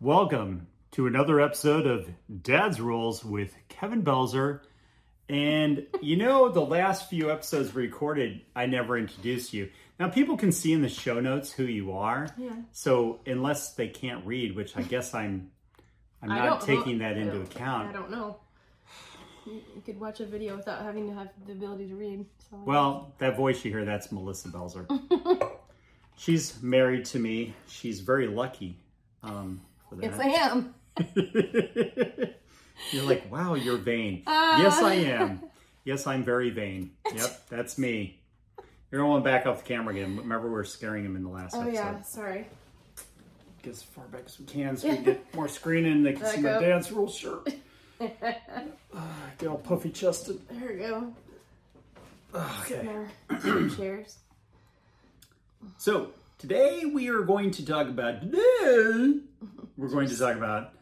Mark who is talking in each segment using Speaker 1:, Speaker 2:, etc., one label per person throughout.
Speaker 1: Welcome to another episode of Dad's Rules with Kevin Belzer. And you know, the last few episodes recorded, I never introduced you. Now, people can see in the show notes who you are.
Speaker 2: Yeah.
Speaker 1: So, unless they can't read, which I guess I'm, I'm
Speaker 2: I
Speaker 1: not
Speaker 2: don't know-
Speaker 1: taking that
Speaker 2: I
Speaker 1: into
Speaker 2: don't- I
Speaker 1: account.
Speaker 2: don't know. You you could watch a video without having to have the ability to read. So
Speaker 1: Well, that voice you hear, that's Melissa Belzer. She's married to me. She's very lucky. Um, for that.
Speaker 2: yes, I am.
Speaker 1: you're like, wow, you're vain.
Speaker 2: Ah.
Speaker 1: yes, I am. Yes, I'm very vain. Yep, that's me. Everyone back off the camera again. Remember, we were scaring him in the last
Speaker 2: Oh
Speaker 1: episode.
Speaker 2: yeah, sorry.
Speaker 1: Get as far back as we can so we can get more screen in. They can see
Speaker 2: Back
Speaker 1: my
Speaker 2: up.
Speaker 1: dad's real shirt. Ah, get all puffy chested.
Speaker 2: There we go.
Speaker 1: Okay.
Speaker 2: There. Two chairs.
Speaker 1: So today we are going to talk about. Today we're going to talk about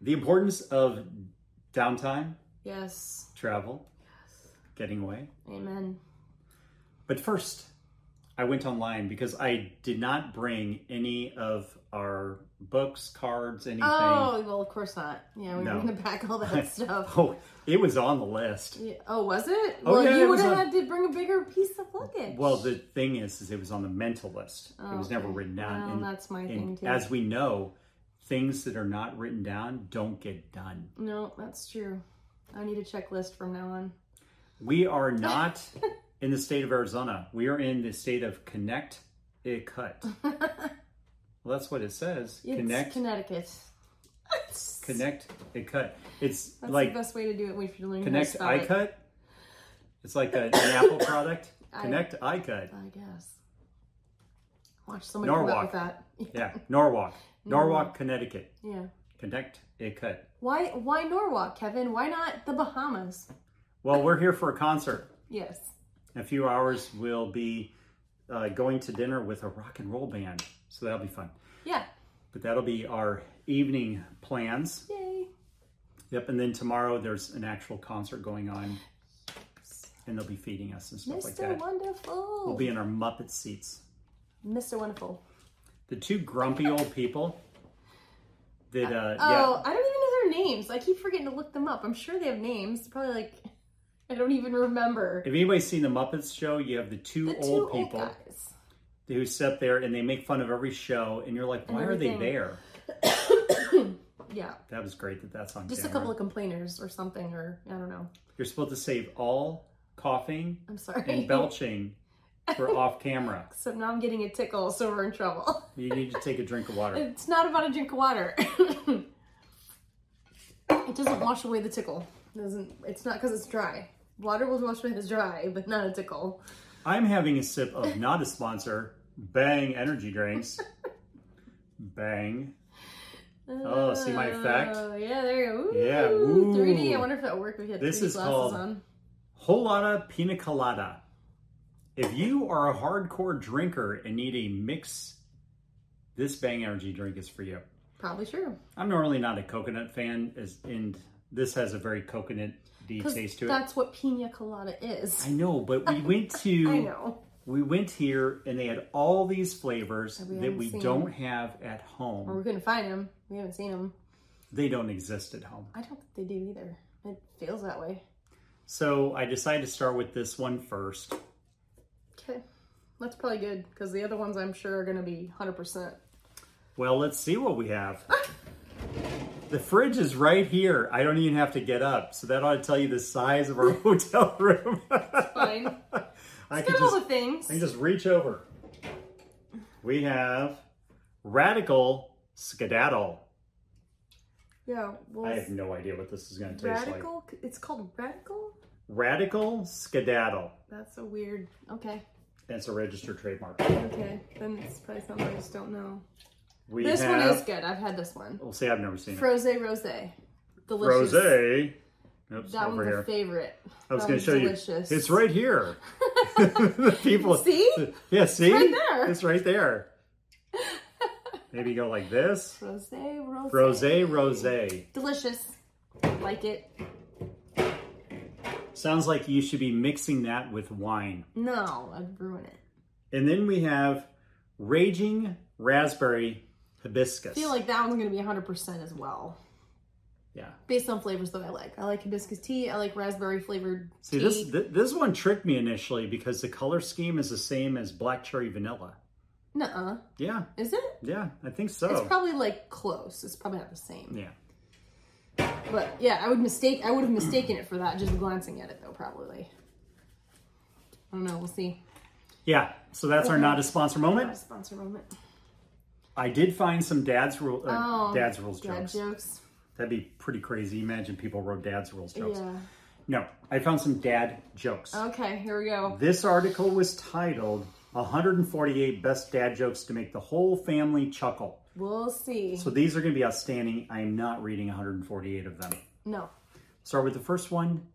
Speaker 1: the importance of downtime,
Speaker 2: Yes.
Speaker 1: travel, getting away.
Speaker 2: Amen.
Speaker 1: But first, I went online because I did not bring any of our books, cards, anything.
Speaker 2: Oh well, of course not. Yeah, we're
Speaker 1: No.
Speaker 2: bringing back all that stuff.
Speaker 1: Oh, it was on the list.
Speaker 2: Yeah. Oh, was it?
Speaker 1: Oh,
Speaker 2: well,
Speaker 1: yeah, it
Speaker 2: you
Speaker 1: was
Speaker 2: would have
Speaker 1: on-
Speaker 2: had to bring a bigger piece of luggage.
Speaker 1: Well, the uh, thing is, is it was on the mental list. it was
Speaker 2: Okay.
Speaker 1: never written down.
Speaker 2: Oh, Well, that's my thing, too.
Speaker 1: As we know, things that are not written down don't get done.
Speaker 2: no, that's true. I need a checklist from now on.
Speaker 1: We are not in the state of Arizona. We are in the state of connect it cut. well, that's what it says.
Speaker 2: It's
Speaker 1: connect,
Speaker 2: Connecticut.
Speaker 1: connect it cut. It's
Speaker 2: That's
Speaker 1: like
Speaker 2: the best way to do it. We should learn
Speaker 1: Connect
Speaker 2: how to spell it.
Speaker 1: iCut. It's like a, an Apple product.
Speaker 2: I-
Speaker 1: Connect iCut.
Speaker 2: I guess. Watch somebody come
Speaker 1: Norwalk.
Speaker 2: up with that.
Speaker 1: Yeah, Norwalk, Norwalk, Connecticut.
Speaker 2: Yeah.
Speaker 1: Connect iCut.
Speaker 2: Why why Norwalk, Kevin? Why not the Bahamas?
Speaker 1: Well, we're here for a concert.
Speaker 2: Yes.
Speaker 1: In a few hours, we'll be uh, going to dinner with a rock and roll band, so that'll be fun.
Speaker 2: Yeah.
Speaker 1: But that'll be our evening plans.
Speaker 2: Yay.
Speaker 1: Yep, and then tomorrow there's an actual concert going on, and they'll be feeding us and stuff like
Speaker 2: Mr.
Speaker 1: that.
Speaker 2: Wonderful.
Speaker 1: We'll be in our Muppet seats.
Speaker 2: Mr. Wonderful.
Speaker 1: The two grumpy old people. That uh, yeah.
Speaker 2: Oh, I don't even know their names. I keep forgetting to look them up. I'm sure they have names. Probably like I don't even remember.
Speaker 1: If anybody's seen the Muppets show, you have the two
Speaker 2: The two
Speaker 1: old people
Speaker 2: old guys.
Speaker 1: who sit there and they make fun of every show, and you're like,
Speaker 2: And
Speaker 1: why are they
Speaker 2: everything.
Speaker 1: there?
Speaker 2: Yeah.
Speaker 1: That was great that that's on
Speaker 2: Just a
Speaker 1: camera.
Speaker 2: couple of complainers or something or I don't know.
Speaker 1: You're supposed to save all coughing
Speaker 2: I'm sorry.
Speaker 1: and belching for off camera.
Speaker 2: So now I'm getting a tickle, so we're in trouble.
Speaker 1: You need to take a drink of water.
Speaker 2: It's not about a drink of water. it doesn't wash away the tickle. It doesn't. It's not because it's dry. Water will wash away the dry, but not a tickle.
Speaker 1: I'm having a sip of not a sponsor, Bang Energy Drinks. Bang. Oh, see my effect?
Speaker 2: Oh, yeah, there you go. Ooh,
Speaker 1: Yeah, ooh.
Speaker 2: 3D. I wonder if that worked. if We had
Speaker 1: This
Speaker 2: 3D
Speaker 1: is
Speaker 2: glasses
Speaker 1: called-
Speaker 2: on.
Speaker 1: Holada Pina Colada. If you are a hardcore drinker and need a mix, this Bang Energy drink is for you.
Speaker 2: Probably true.
Speaker 1: I'm normally not a coconut fan, as and this has a very coconut D
Speaker 2: Because
Speaker 1: taste to it.
Speaker 2: that's what pina colada is.
Speaker 1: I know, but we went
Speaker 2: I
Speaker 1: to
Speaker 2: know.
Speaker 1: we went here and they had all these flavors
Speaker 2: That we
Speaker 1: that
Speaker 2: haven't
Speaker 1: we
Speaker 2: seen.
Speaker 1: don't have at
Speaker 2: Or we
Speaker 1: home.
Speaker 2: couldn't find them. We haven't seen them.
Speaker 1: They don't exist at home.
Speaker 2: I don't think they do either. It feels that way.
Speaker 1: So I decided to start with this one first.
Speaker 2: Okay. That's probably good because the other ones I'm sure are going to be 100%.
Speaker 1: Well, let's see what we have. The fridge is right here. I don't even have to get up. So that ought to tell you the size of our hotel room.
Speaker 2: Fine.
Speaker 1: I
Speaker 2: Got
Speaker 1: can
Speaker 2: all
Speaker 1: just
Speaker 2: the things.
Speaker 1: I can just reach over. We have radical skedaddle.
Speaker 2: Yeah, well,
Speaker 1: I have no idea what this is going to taste like.
Speaker 2: radical. It's called radical.
Speaker 1: Radical skedaddle.
Speaker 2: That's a weird. Okay,
Speaker 1: It's a registered trademark.
Speaker 2: okay. Then it's probably something I just don't know.
Speaker 1: We
Speaker 2: this
Speaker 1: have,
Speaker 2: one is good. I've had this one.
Speaker 1: We'll see. I've never seen it.
Speaker 2: Froze rosé, delicious.
Speaker 1: Rosé. Oops,
Speaker 2: That
Speaker 1: over
Speaker 2: one's a
Speaker 1: here.
Speaker 2: favorite.
Speaker 1: I was going
Speaker 2: That
Speaker 1: to
Speaker 2: one's
Speaker 1: show
Speaker 2: delicious.
Speaker 1: you. It's right here. The People.
Speaker 2: See?
Speaker 1: Yeah. See.
Speaker 2: right there.
Speaker 1: It's right there. Maybe go like this.
Speaker 2: Rosé, rosé.
Speaker 1: Rosé, rosé.
Speaker 2: Delicious. Like it?
Speaker 1: Sounds like you should be mixing that with wine.
Speaker 2: No, I'd ruin it.
Speaker 1: And then we have raging raspberry hibiscus.
Speaker 2: I feel like that one's gonna be 100% as well.
Speaker 1: yeah.
Speaker 2: Based on flavors that I like. I like hibiscus tea, I like raspberry flavored
Speaker 1: See,
Speaker 2: tea.
Speaker 1: this th- this one tricked me initially because the color scheme is the same as black cherry vanilla.
Speaker 2: Nuh-uh.
Speaker 1: Yeah,
Speaker 2: Is it?
Speaker 1: yeah, I think so.
Speaker 2: It's probably like close. It's probably not the same.
Speaker 1: yeah.
Speaker 2: But yeah, I would mistake I would have mistaken it for that just glancing at it though, probably. I don't know, we'll see.
Speaker 1: Yeah, so that's our not a sponsor moment.
Speaker 2: Sponsor moment.
Speaker 1: I did find some dad's rule, uh,
Speaker 2: Oh,
Speaker 1: dad's rules
Speaker 2: Dad
Speaker 1: jokes.
Speaker 2: jokes.
Speaker 1: That'd be pretty crazy. Imagine people wrote dad's rules jokes.
Speaker 2: Yeah. Oh.
Speaker 1: No, I found some dad jokes.
Speaker 2: Okay, here we go.
Speaker 1: This article was titled 148 Best Dad Jokes to Make the Whole Family Chuckle.
Speaker 2: We'll see.
Speaker 1: So these are going to be outstanding. I am not reading 148 of them.
Speaker 2: no.
Speaker 1: Start with the first one,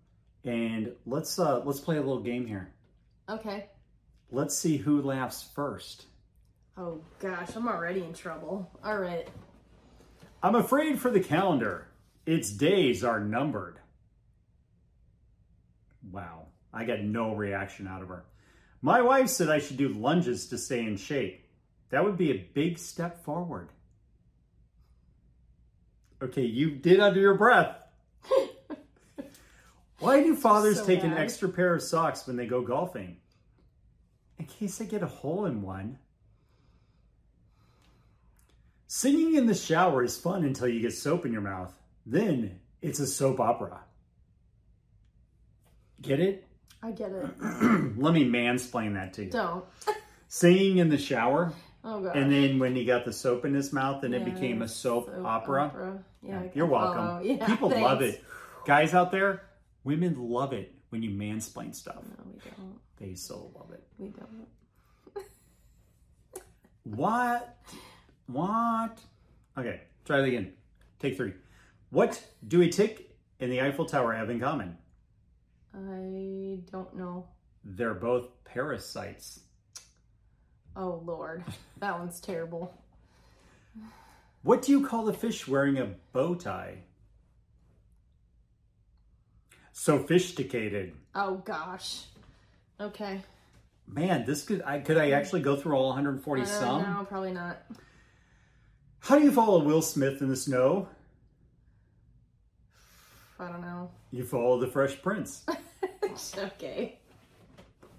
Speaker 1: and let's uh, let's play a little game here.
Speaker 2: Okay.
Speaker 1: Let's see who laughs first.
Speaker 2: Oh gosh, I'm already in trouble. All right.
Speaker 1: I'm afraid for the calendar. Its days are numbered. Wow. I got no reaction out of her. My wife said I should do lunges to stay in shape. That would be a big step forward. Okay, you did under your breath. Why do fathers
Speaker 2: So
Speaker 1: take an
Speaker 2: bad.
Speaker 1: extra pair of socks when they go golfing? In case they get a hole in one. Singing in the shower is fun until you get soap in your mouth. Then it's a soap opera. Get it?
Speaker 2: I get it.
Speaker 1: Let me mansplain that to you.
Speaker 2: Don't.
Speaker 1: Singing in the shower,
Speaker 2: Oh gosh.
Speaker 1: and then when he got the soap in his mouth, then it
Speaker 2: Yeah,
Speaker 1: became a soap, opera.
Speaker 2: Yeah. I
Speaker 1: You're
Speaker 2: can follow.
Speaker 1: welcome.
Speaker 2: Yeah,
Speaker 1: People love
Speaker 2: thanks.
Speaker 1: it. Guys out there, women love it when you mansplain stuff.
Speaker 2: No, we don't.
Speaker 1: They so love it.
Speaker 2: We don't.
Speaker 1: What? What? Okay, try it again. Take three. What do a tick and the Eiffel Tower have in common?
Speaker 2: I don't know.
Speaker 1: They're both parasites.
Speaker 2: Oh lord, that one's terrible.
Speaker 1: What do you call a fish wearing a bow tie? Sophisticated.
Speaker 2: Oh gosh. Okay.
Speaker 1: Man, this could I could I actually go through all 140
Speaker 2: I don't
Speaker 1: some?
Speaker 2: know, Uh, probably not.
Speaker 1: How do you follow Will Smith in the snow?
Speaker 2: I don't know.
Speaker 1: You follow the Fresh Prince.
Speaker 2: okay.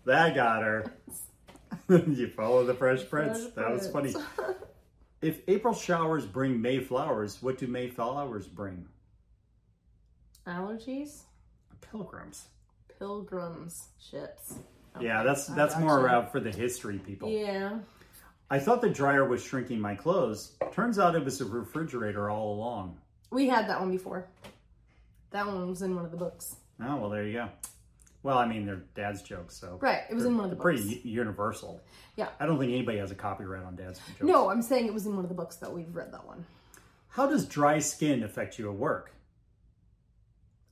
Speaker 1: That got her. you follow the Fresh Prince.
Speaker 2: Fresh
Speaker 1: that was funny.
Speaker 2: Prince.
Speaker 1: if April showers bring May flowers, what do May flowers bring?
Speaker 2: Allergies?
Speaker 1: Pilgrims.
Speaker 2: Pilgrims ships.
Speaker 1: Yeah, that's
Speaker 2: Oh, I
Speaker 1: that's
Speaker 2: got
Speaker 1: more
Speaker 2: you.
Speaker 1: around for the history people.
Speaker 2: Yeah.
Speaker 1: I thought the dryer was shrinking my clothes. Turns out it was a refrigerator all along.
Speaker 2: We had that one before. That one was in one of the books.
Speaker 1: Oh well, there you go. Well, I mean, they're dad's jokes, so
Speaker 2: Right. It was in one of the
Speaker 1: they're
Speaker 2: books.
Speaker 1: pretty u- universal.
Speaker 2: Yeah.
Speaker 1: I don't think anybody has a copyright on dad's jokes.
Speaker 2: No, I'm saying it was in one of the books that we've read that one.
Speaker 1: How does dry skin affect you at work?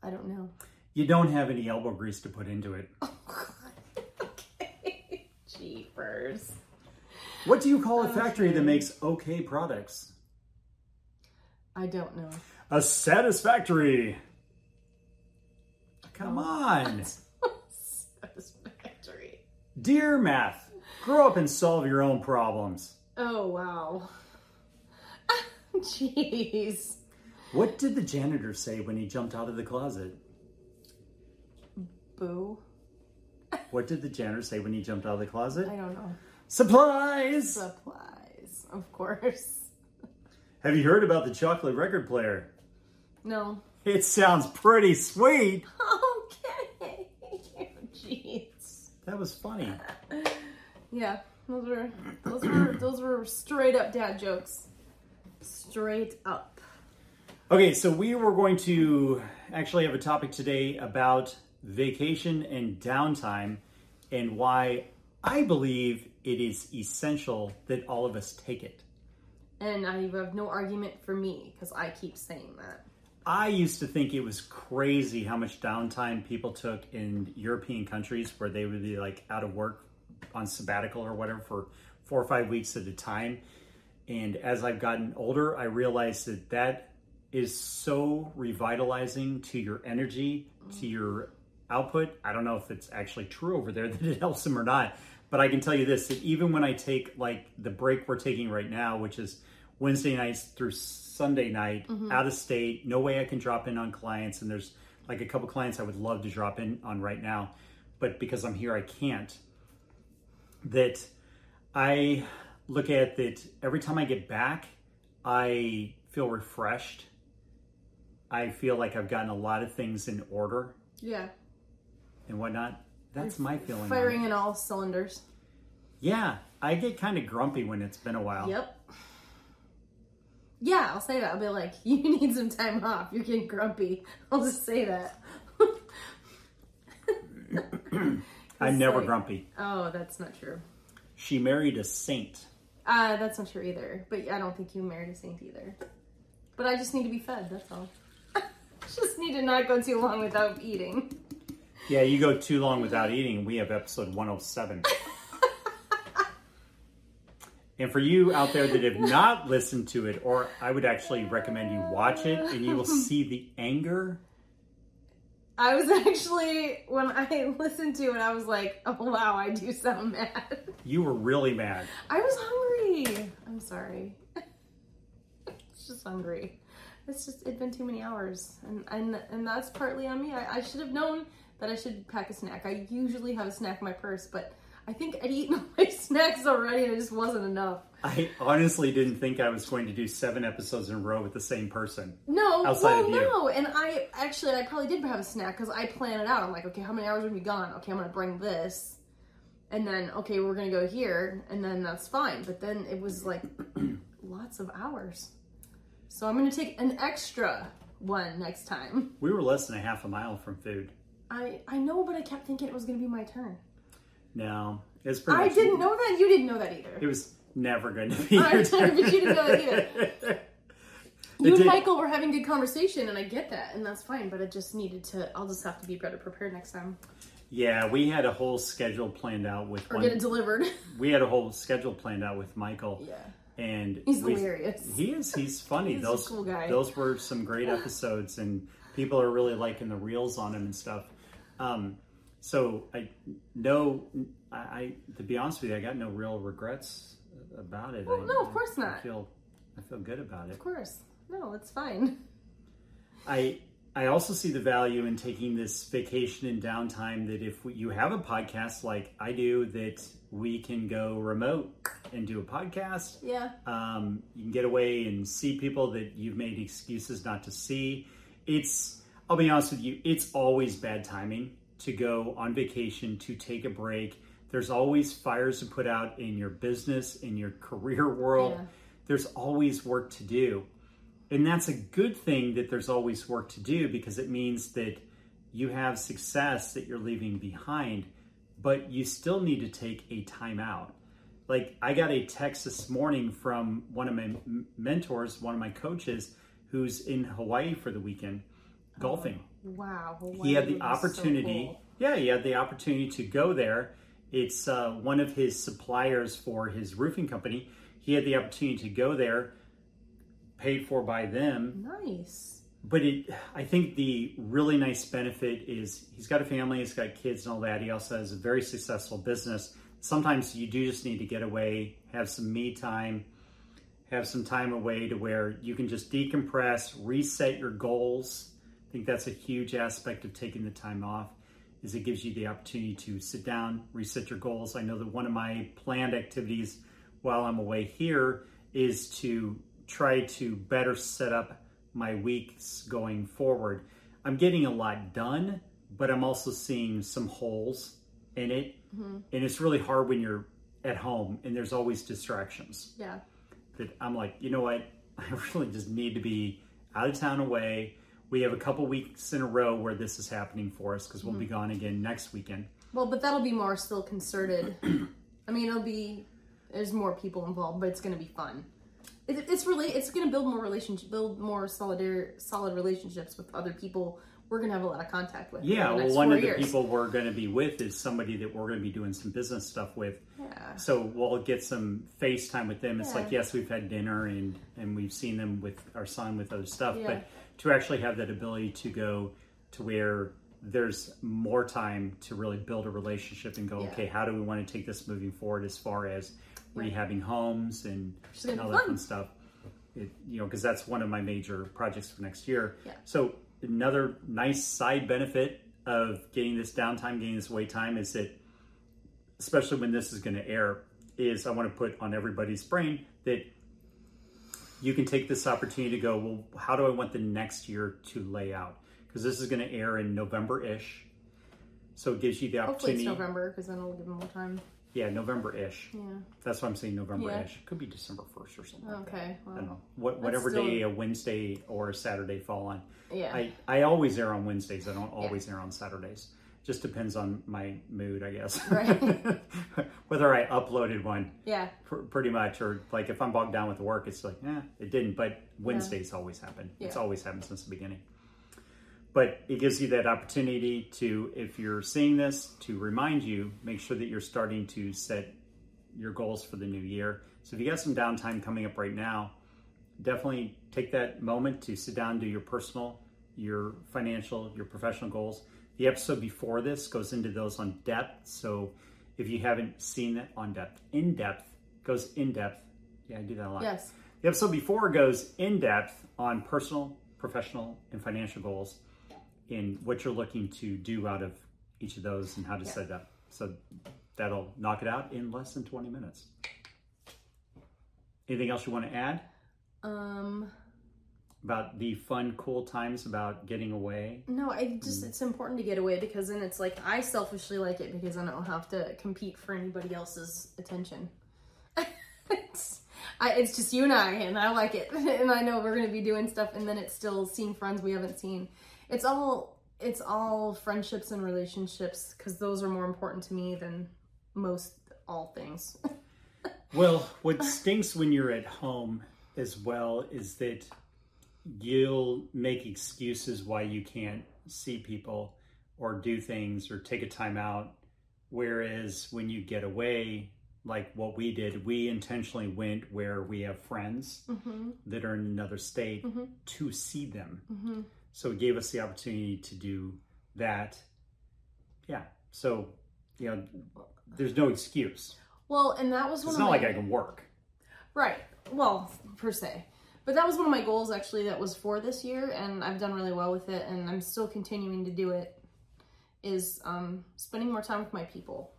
Speaker 2: I don't know.
Speaker 1: You don't have any elbow grease to put into it.
Speaker 2: okay. Jeepers.
Speaker 1: What do you call
Speaker 2: Oh,
Speaker 1: a factory that makes okay products?
Speaker 2: I don't know.
Speaker 1: A satisfactory. Come on.
Speaker 2: Satisfactory.
Speaker 1: Dear math, grow up and solve your own problems.
Speaker 2: Oh wow. Jeez.
Speaker 1: What did the janitor say when he jumped out of the closet?
Speaker 2: Boo.
Speaker 1: What did the janitor say when he jumped out of the closet?
Speaker 2: I don't know.
Speaker 1: Supplies!
Speaker 2: Supplies, of course.
Speaker 1: Have you heard about the chocolate record player?
Speaker 2: No.
Speaker 1: It sounds pretty sweet.
Speaker 2: Okay. Jeez.
Speaker 1: That was funny.
Speaker 2: Yeah, those were those were those were straight up dad jokes. Straight up.
Speaker 1: Okay, so we were going to actually have a topic today about vacation and downtime and why I believe it is essential that all of us take it.
Speaker 2: And I have no argument for me because I keep saying that.
Speaker 1: I used to think it was crazy how much downtime people took in European countries where they would be like out of work on sabbatical or whatever for four or five weeks at a time. And as I've gotten older, I realized that that is so revitalizing to your energy, to your output. I don't know if it's actually true over there that it helps them or not, but I can tell you this that even when I take like the break we're taking right now, which is Wednesday nights through Sunday night, out of state. No way I can drop in on clients, and there's like a couple clients I would love to drop in on right now, but because I'm here, I can't. That I look at that every time I get back, I feel refreshed. I feel like I've gotten a lot of things in order
Speaker 2: Yeah.
Speaker 1: and whatnot. That's my feeling. on it.
Speaker 2: Firing in all cylinders.
Speaker 1: Yeah, I get kind of grumpy when it's been a while.
Speaker 2: Yep. Yeah, I'll say that. I'll be like, you need some time off. You're getting grumpy. I'll just say that.
Speaker 1: I'm never
Speaker 2: like-
Speaker 1: grumpy.
Speaker 2: Oh, that's not true.
Speaker 1: She married a saint.
Speaker 2: Uh, that's not true either. But I don't think you married a saint either. But I just need to be fed. That's all. just need to not go too long without eating.
Speaker 1: Yeah, you go too long without eating. We have episode 107. and for you out there that have not listened to it, or I would actually recommend you watch it and you will see the anger.
Speaker 2: I was actually when I listened to it, I was like, oh wow, I do sound mad.
Speaker 1: You were really mad.
Speaker 2: I was hungry. I'm sorry. It's just hungry. It's just it's been too many hours, and and and that's partly on me. I, I should have known that I should pack a snack. I usually have a snack in my purse, but I think I'd eaten all my snacks already, and it just wasn't enough.
Speaker 1: I honestly didn't think I was going to do seven episodes in a row with the same person.
Speaker 2: No,
Speaker 1: Outside
Speaker 2: well,
Speaker 1: of you.
Speaker 2: no, and I actually I probably did have a snack because I plan it out. I'm like, okay, how many hours are we gone? Okay, I'm gonna bring this, and then okay, we're gonna go here, and then that's fine. But then it was like lots of hours, so I'm gonna take an extra one next time.
Speaker 1: We were less than a half a mile from food.
Speaker 2: I I know, but I kept thinking it was gonna be my turn.
Speaker 1: No, it's pretty
Speaker 2: I
Speaker 1: much-
Speaker 2: didn't know that. You didn't know that
Speaker 1: It
Speaker 2: either.
Speaker 1: was never going to be.
Speaker 2: I
Speaker 1: your
Speaker 2: know, but you didn't know that
Speaker 1: turn.
Speaker 2: You and
Speaker 1: did-
Speaker 2: Michael were having good conversation, and I get that, and that's fine. But I just needed to. I'll just have to be better prepared next time,
Speaker 1: Yeah, we had a whole schedule planned out with
Speaker 2: or get it
Speaker 1: one.
Speaker 2: delivered.
Speaker 1: We had a whole schedule planned out with Michael,
Speaker 2: yeah.
Speaker 1: and
Speaker 2: He's
Speaker 1: we-
Speaker 2: hilarious.
Speaker 1: He is. He's funny.
Speaker 2: He's a
Speaker 1: those
Speaker 2: cool guy.
Speaker 1: those were some great episodes, and people are really liking the reels on him and stuff. Um, so I no, I, I to be honest with you, I got no real regrets about it.
Speaker 2: Well,
Speaker 1: I-
Speaker 2: no, of course
Speaker 1: I
Speaker 2: not.
Speaker 1: feel I feel good about it.
Speaker 2: Of course. No, it's fine.
Speaker 1: I I also see the value in taking this vacation and downtime that if you have a podcast like I do, that we can go remote and do a podcast.
Speaker 2: Yeah.
Speaker 1: Um, you can get away and see people that you've made excuses not to see. It's I'll be honest with you, it's always bad timing to go on vacation to take a break. There's always fires to put out in your business, in your career world.
Speaker 2: Yeah.
Speaker 1: There's always work to do. And that's a good thing that there's always work to do because it means that you have success that you're leaving behind, but you still need to take a time out. Like I got a text this morning from one of my m- mentors, one of my coaches who's in Hawaii for the weekend golfing.
Speaker 2: Wow.
Speaker 1: he
Speaker 2: Hawaii
Speaker 1: had the
Speaker 2: would be so
Speaker 1: opportunity.
Speaker 2: cool.
Speaker 1: Yeah, he had the opportunity to go there. It's uh, one of his suppliers for his roofing company. He had the opportunity to go there, paid for by them,
Speaker 2: Nice.
Speaker 1: but it, I think the really nice benefit is he's got a family, he's got kids and all that. He also has a very successful business. Sometimes you do just need to get away, have some me time, have some time away to where you can just decompress, reset your goals. I think that's a huge aspect of taking the time off is it gives you the opportunity to sit down, reset your goals. I know that one of my planned activities while I'm away here is to try to better set up my weeks going forward. I'm getting a lot done, but I'm also seeing some holes in it.
Speaker 2: Mm-hmm.
Speaker 1: And it's really hard when you're at home and there's always distractions
Speaker 2: Yeah.
Speaker 1: that I'm like, you know what? I really just need to be out of town away. We have a couple weeks in a row where this is happening for us because we'll
Speaker 2: Mm-hmm.
Speaker 1: be gone again next weekend.
Speaker 2: Well, but that'll be more still concerted. I mean, it'll be there's more people involved, but it's gonna be fun. It, it's really it's gonna build more relationship, build more solid solid relationships with other people. We're gonna have a lot of contact with.
Speaker 1: Yeah,
Speaker 2: over
Speaker 1: well,
Speaker 2: the next
Speaker 1: one
Speaker 2: four
Speaker 1: of the
Speaker 2: years.
Speaker 1: people we're going to be with is somebody that we're going to be doing some business stuff with.
Speaker 2: Yeah.
Speaker 1: So we'll get some FaceTime with them. It's
Speaker 2: Yeah.
Speaker 1: like, yes, we've had dinner and, and we've seen them with our son with other stuff,
Speaker 2: Yeah.
Speaker 1: but to actually have that ability to go to where there's more time to really build a relationship and go,
Speaker 2: Yeah.
Speaker 1: okay, how do we want to take this moving forward as far as rehabbing homes and,
Speaker 2: It's
Speaker 1: and
Speaker 2: gonna
Speaker 1: all
Speaker 2: be
Speaker 1: that
Speaker 2: fun.
Speaker 1: fun stuff? it, you know, because that's one of my major projects for next year.
Speaker 2: Yeah.
Speaker 1: So another nice side benefit of getting this downtime, getting this wait time is that, especially when this is going to air, is I want to put on everybody's brain that you can take this opportunity to go, well, how do I want the next year to lay out? Because this is going to air in November ish. So it gives you the
Speaker 2: Hopefully it's
Speaker 1: opportunity.
Speaker 2: November because then it'll give them more time.
Speaker 1: Yeah, November ish.
Speaker 2: Yeah.
Speaker 1: That's why I'm saying November ish.
Speaker 2: Yeah.
Speaker 1: Could be December 1st or something. Like that.
Speaker 2: Okay.
Speaker 1: I don't
Speaker 2: Well,
Speaker 1: know. What, whatever
Speaker 2: still-
Speaker 1: day a Wednesday or a Saturday fall on.
Speaker 2: yeah.
Speaker 1: I, I always air on Wednesdays. I don't always air on Saturdays. Just depends on my mood, I guess.
Speaker 2: Right.
Speaker 1: Whether I uploaded one,
Speaker 2: yeah.
Speaker 1: pr- pretty much, or like if I'm bogged down with work, it's like, eh, it didn't. But Wednesdays always happen. It's
Speaker 2: Yeah.
Speaker 1: always happened since the beginning. But it gives you that opportunity to, if you're seeing this, to remind you, make sure that you're starting to set your goals for the new year. So if you got some downtime coming up right now, definitely take that moment to sit down, do your personal, your financial, your professional goals. The episode before this goes into those on depth. So if you haven't seen it on depth, in depth goes in depth. Yeah, I do that a lot.
Speaker 2: Yes.
Speaker 1: The episode before goes in depth on personal, professional, and financial goals and what you're looking to do out of each of those and how to set it up. So that'll knock it out in less than 20 minutes. Anything else you want to add
Speaker 2: Um.
Speaker 1: about the fun, cool times about getting away?
Speaker 2: No, I
Speaker 1: Mm.
Speaker 2: just it's important to get away because then it's like I selfishly like it because then I don't have to compete for anybody else's attention. it's, I, it's just you and I, and I like it, and I know we're gonna be doing stuff, and then it's still seeing friends we haven't seen. It's all it's all friendships and relationships because those are more important to me than most all things.
Speaker 1: Well, what stinks when you're at home as well is that you'll make excuses why you can't see people or do things or take a time out. Whereas when you get away, like what we did, we intentionally went where we have friends
Speaker 2: mm-hmm.
Speaker 1: that are in another state
Speaker 2: Mhm.
Speaker 1: to see them.
Speaker 2: Mm-hmm.
Speaker 1: So it gave us the opportunity to do that. Yeah. So, you know, there's no excuse.
Speaker 2: Well, and that was one.
Speaker 1: It's
Speaker 2: of
Speaker 1: not
Speaker 2: my-
Speaker 1: like I can work.
Speaker 2: Right. Well, per se. But that was one of my goals actually that was for this year and I've done really well with it and I'm still continuing to do it is um spending more time with my people.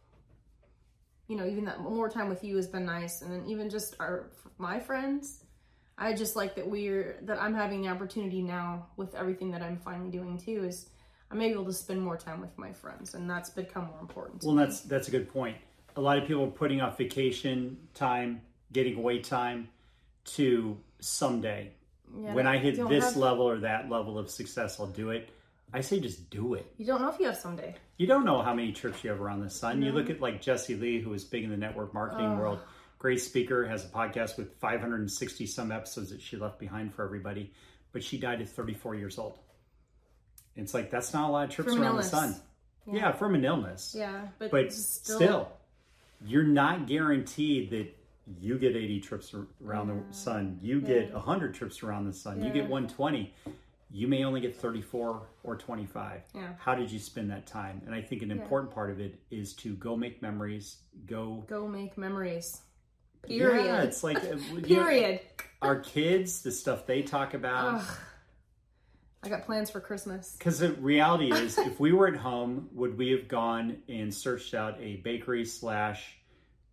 Speaker 2: You know, even that more time with you has been nice and then even just our my friends. I just like that we're that I'm having the opportunity now with everything that I'm finally doing too is I'm able to spend more time with my friends and that's become more important. to
Speaker 1: Well,
Speaker 2: me.
Speaker 1: that's that's a good point. A lot of people are putting off vacation time, getting away time to someday.
Speaker 2: Yeah,
Speaker 1: when I hit
Speaker 2: you don't
Speaker 1: this
Speaker 2: have-
Speaker 1: level or that level of success, I'll do it. I say just do it.
Speaker 2: you don't know if you have someday.
Speaker 1: You don't know how many trips you have around the sun. You look at like Jesse Lee, who is big in the network marketing world, great speaker, has a podcast with 560 some episodes that she left behind for everybody, but she died at 34 years old. It's like that's not a lot of trips
Speaker 2: From
Speaker 1: around
Speaker 2: illness.
Speaker 1: the sun. Yeah. from an illness
Speaker 2: Yeah, but,
Speaker 1: but
Speaker 2: still,
Speaker 1: still, you're not guaranteed that you get 80 trips ar- around the sun you get 100 trips around the sun you get
Speaker 2: Yeah.
Speaker 1: 120 you may only get 34 or 25
Speaker 2: Yeah.
Speaker 1: how did you spend that time and i think an important part of it is to go make memories go
Speaker 2: go make memories. Period.
Speaker 1: yeah it's like uh, you know,
Speaker 2: Period.
Speaker 1: our kids the stuff they talk about
Speaker 2: Ugh. I got plans for Christmas.
Speaker 1: Because the reality is, if we were at home, would we have gone and searched out a bakery slash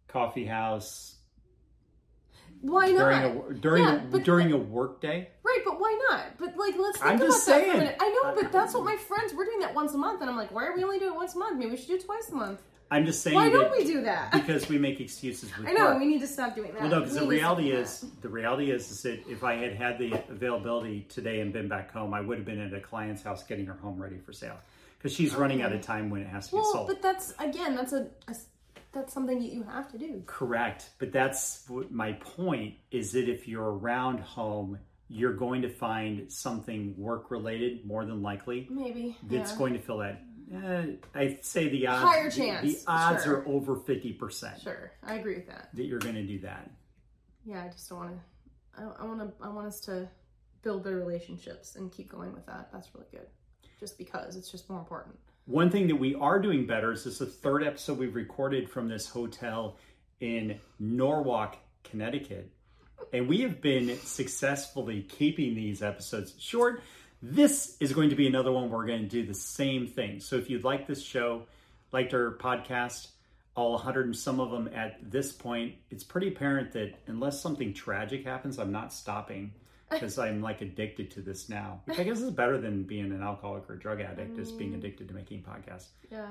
Speaker 1: coffee house
Speaker 2: Why not?
Speaker 1: during a during
Speaker 2: Yeah, but
Speaker 1: during a work day?
Speaker 2: right, but why not? But like, let's think
Speaker 1: I'm
Speaker 2: about
Speaker 1: just
Speaker 2: that for
Speaker 1: saying.
Speaker 2: a minute. I know, but that's what my friends we're doing that once a month, and I'm like, why are we only doing it once a month? Maybe we should do it twice a month.
Speaker 1: I'm just saying
Speaker 2: Why
Speaker 1: that
Speaker 2: don't we do that?
Speaker 1: because we make excuses with
Speaker 2: I know
Speaker 1: work.
Speaker 2: we need to stop doing that.
Speaker 1: well, no, because
Speaker 2: We
Speaker 1: the
Speaker 2: need to stop
Speaker 1: reality
Speaker 2: doing
Speaker 1: is, the reality is, is that if I had had the availability today and been back home, I would have been at a client's house getting her home ready for sale because she's running out of time when it has to
Speaker 2: that.
Speaker 1: be
Speaker 2: well,
Speaker 1: sold.
Speaker 2: but that's again, that's a, a s- that's something that you have to do.
Speaker 1: Correct. But that's what my point is that if you're around home, you're going to find something work related more than likely
Speaker 2: Maybe
Speaker 1: that's
Speaker 2: yeah.
Speaker 1: going to fill that. eh, I say the odds.
Speaker 2: Higher
Speaker 1: the- The,
Speaker 2: chance,
Speaker 1: odds
Speaker 2: sure.
Speaker 1: are over 50%
Speaker 2: Sure, I agree with that.
Speaker 1: that you're going to do that.
Speaker 2: yeah i just don't want to i, I want to i want us to build their relationships and keep going with that that's really good just because it's just more important
Speaker 1: One thing that we are doing better is this is the third episode we've recorded from this hotel in Norwalk, Connecticut. and we have been successfully keeping these episodes short. This is going to be another one where we're going to do the same thing. So if you'd like this show, liked our podcast, all 100 and some of them at this point, it's pretty apparent that unless something tragic happens, I'm not stopping because I'm like addicted to this now. Which I guess is better than being an alcoholic or drug addict, is being addicted to making podcasts.
Speaker 2: Yeah.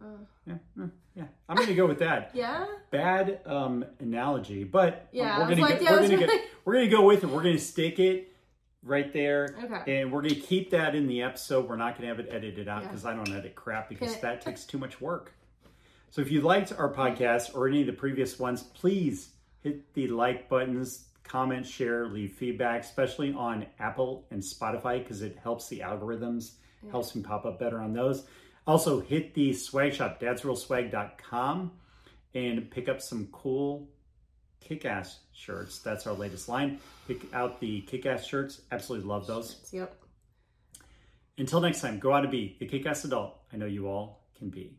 Speaker 2: Uh,
Speaker 1: Yeah, mm, yeah. I'm going to go with that
Speaker 2: yeah.
Speaker 1: bad um analogy, but um,
Speaker 2: Yeah, I
Speaker 1: we're
Speaker 2: was
Speaker 1: gonna
Speaker 2: like,
Speaker 1: go,
Speaker 2: yeah, I
Speaker 1: we're
Speaker 2: was
Speaker 1: gonna go,
Speaker 2: like-
Speaker 1: we're gonna go with it. We're gonna stick it right there,
Speaker 2: Okay.
Speaker 1: and we're gonna keep that in the episode. We're not gonna have it edited out
Speaker 2: Yeah.
Speaker 1: because I don't edit crap because
Speaker 2: Okay.
Speaker 1: that takes too much work. So if you liked our podcast or any of the previous ones, please hit the like buttons, comment, share, leave feedback, especially on Apple and Spotify because it helps the algorithms, helps me pop up better on those. Also, hit the swag shop, dadsrealswag.com, and pick up some cool kick ass shirts. That's our latest line. Pick out the kick ass shirts. Absolutely love those.
Speaker 2: Yep.
Speaker 1: Until next time, go out and be the kick ass adult I know you all can be.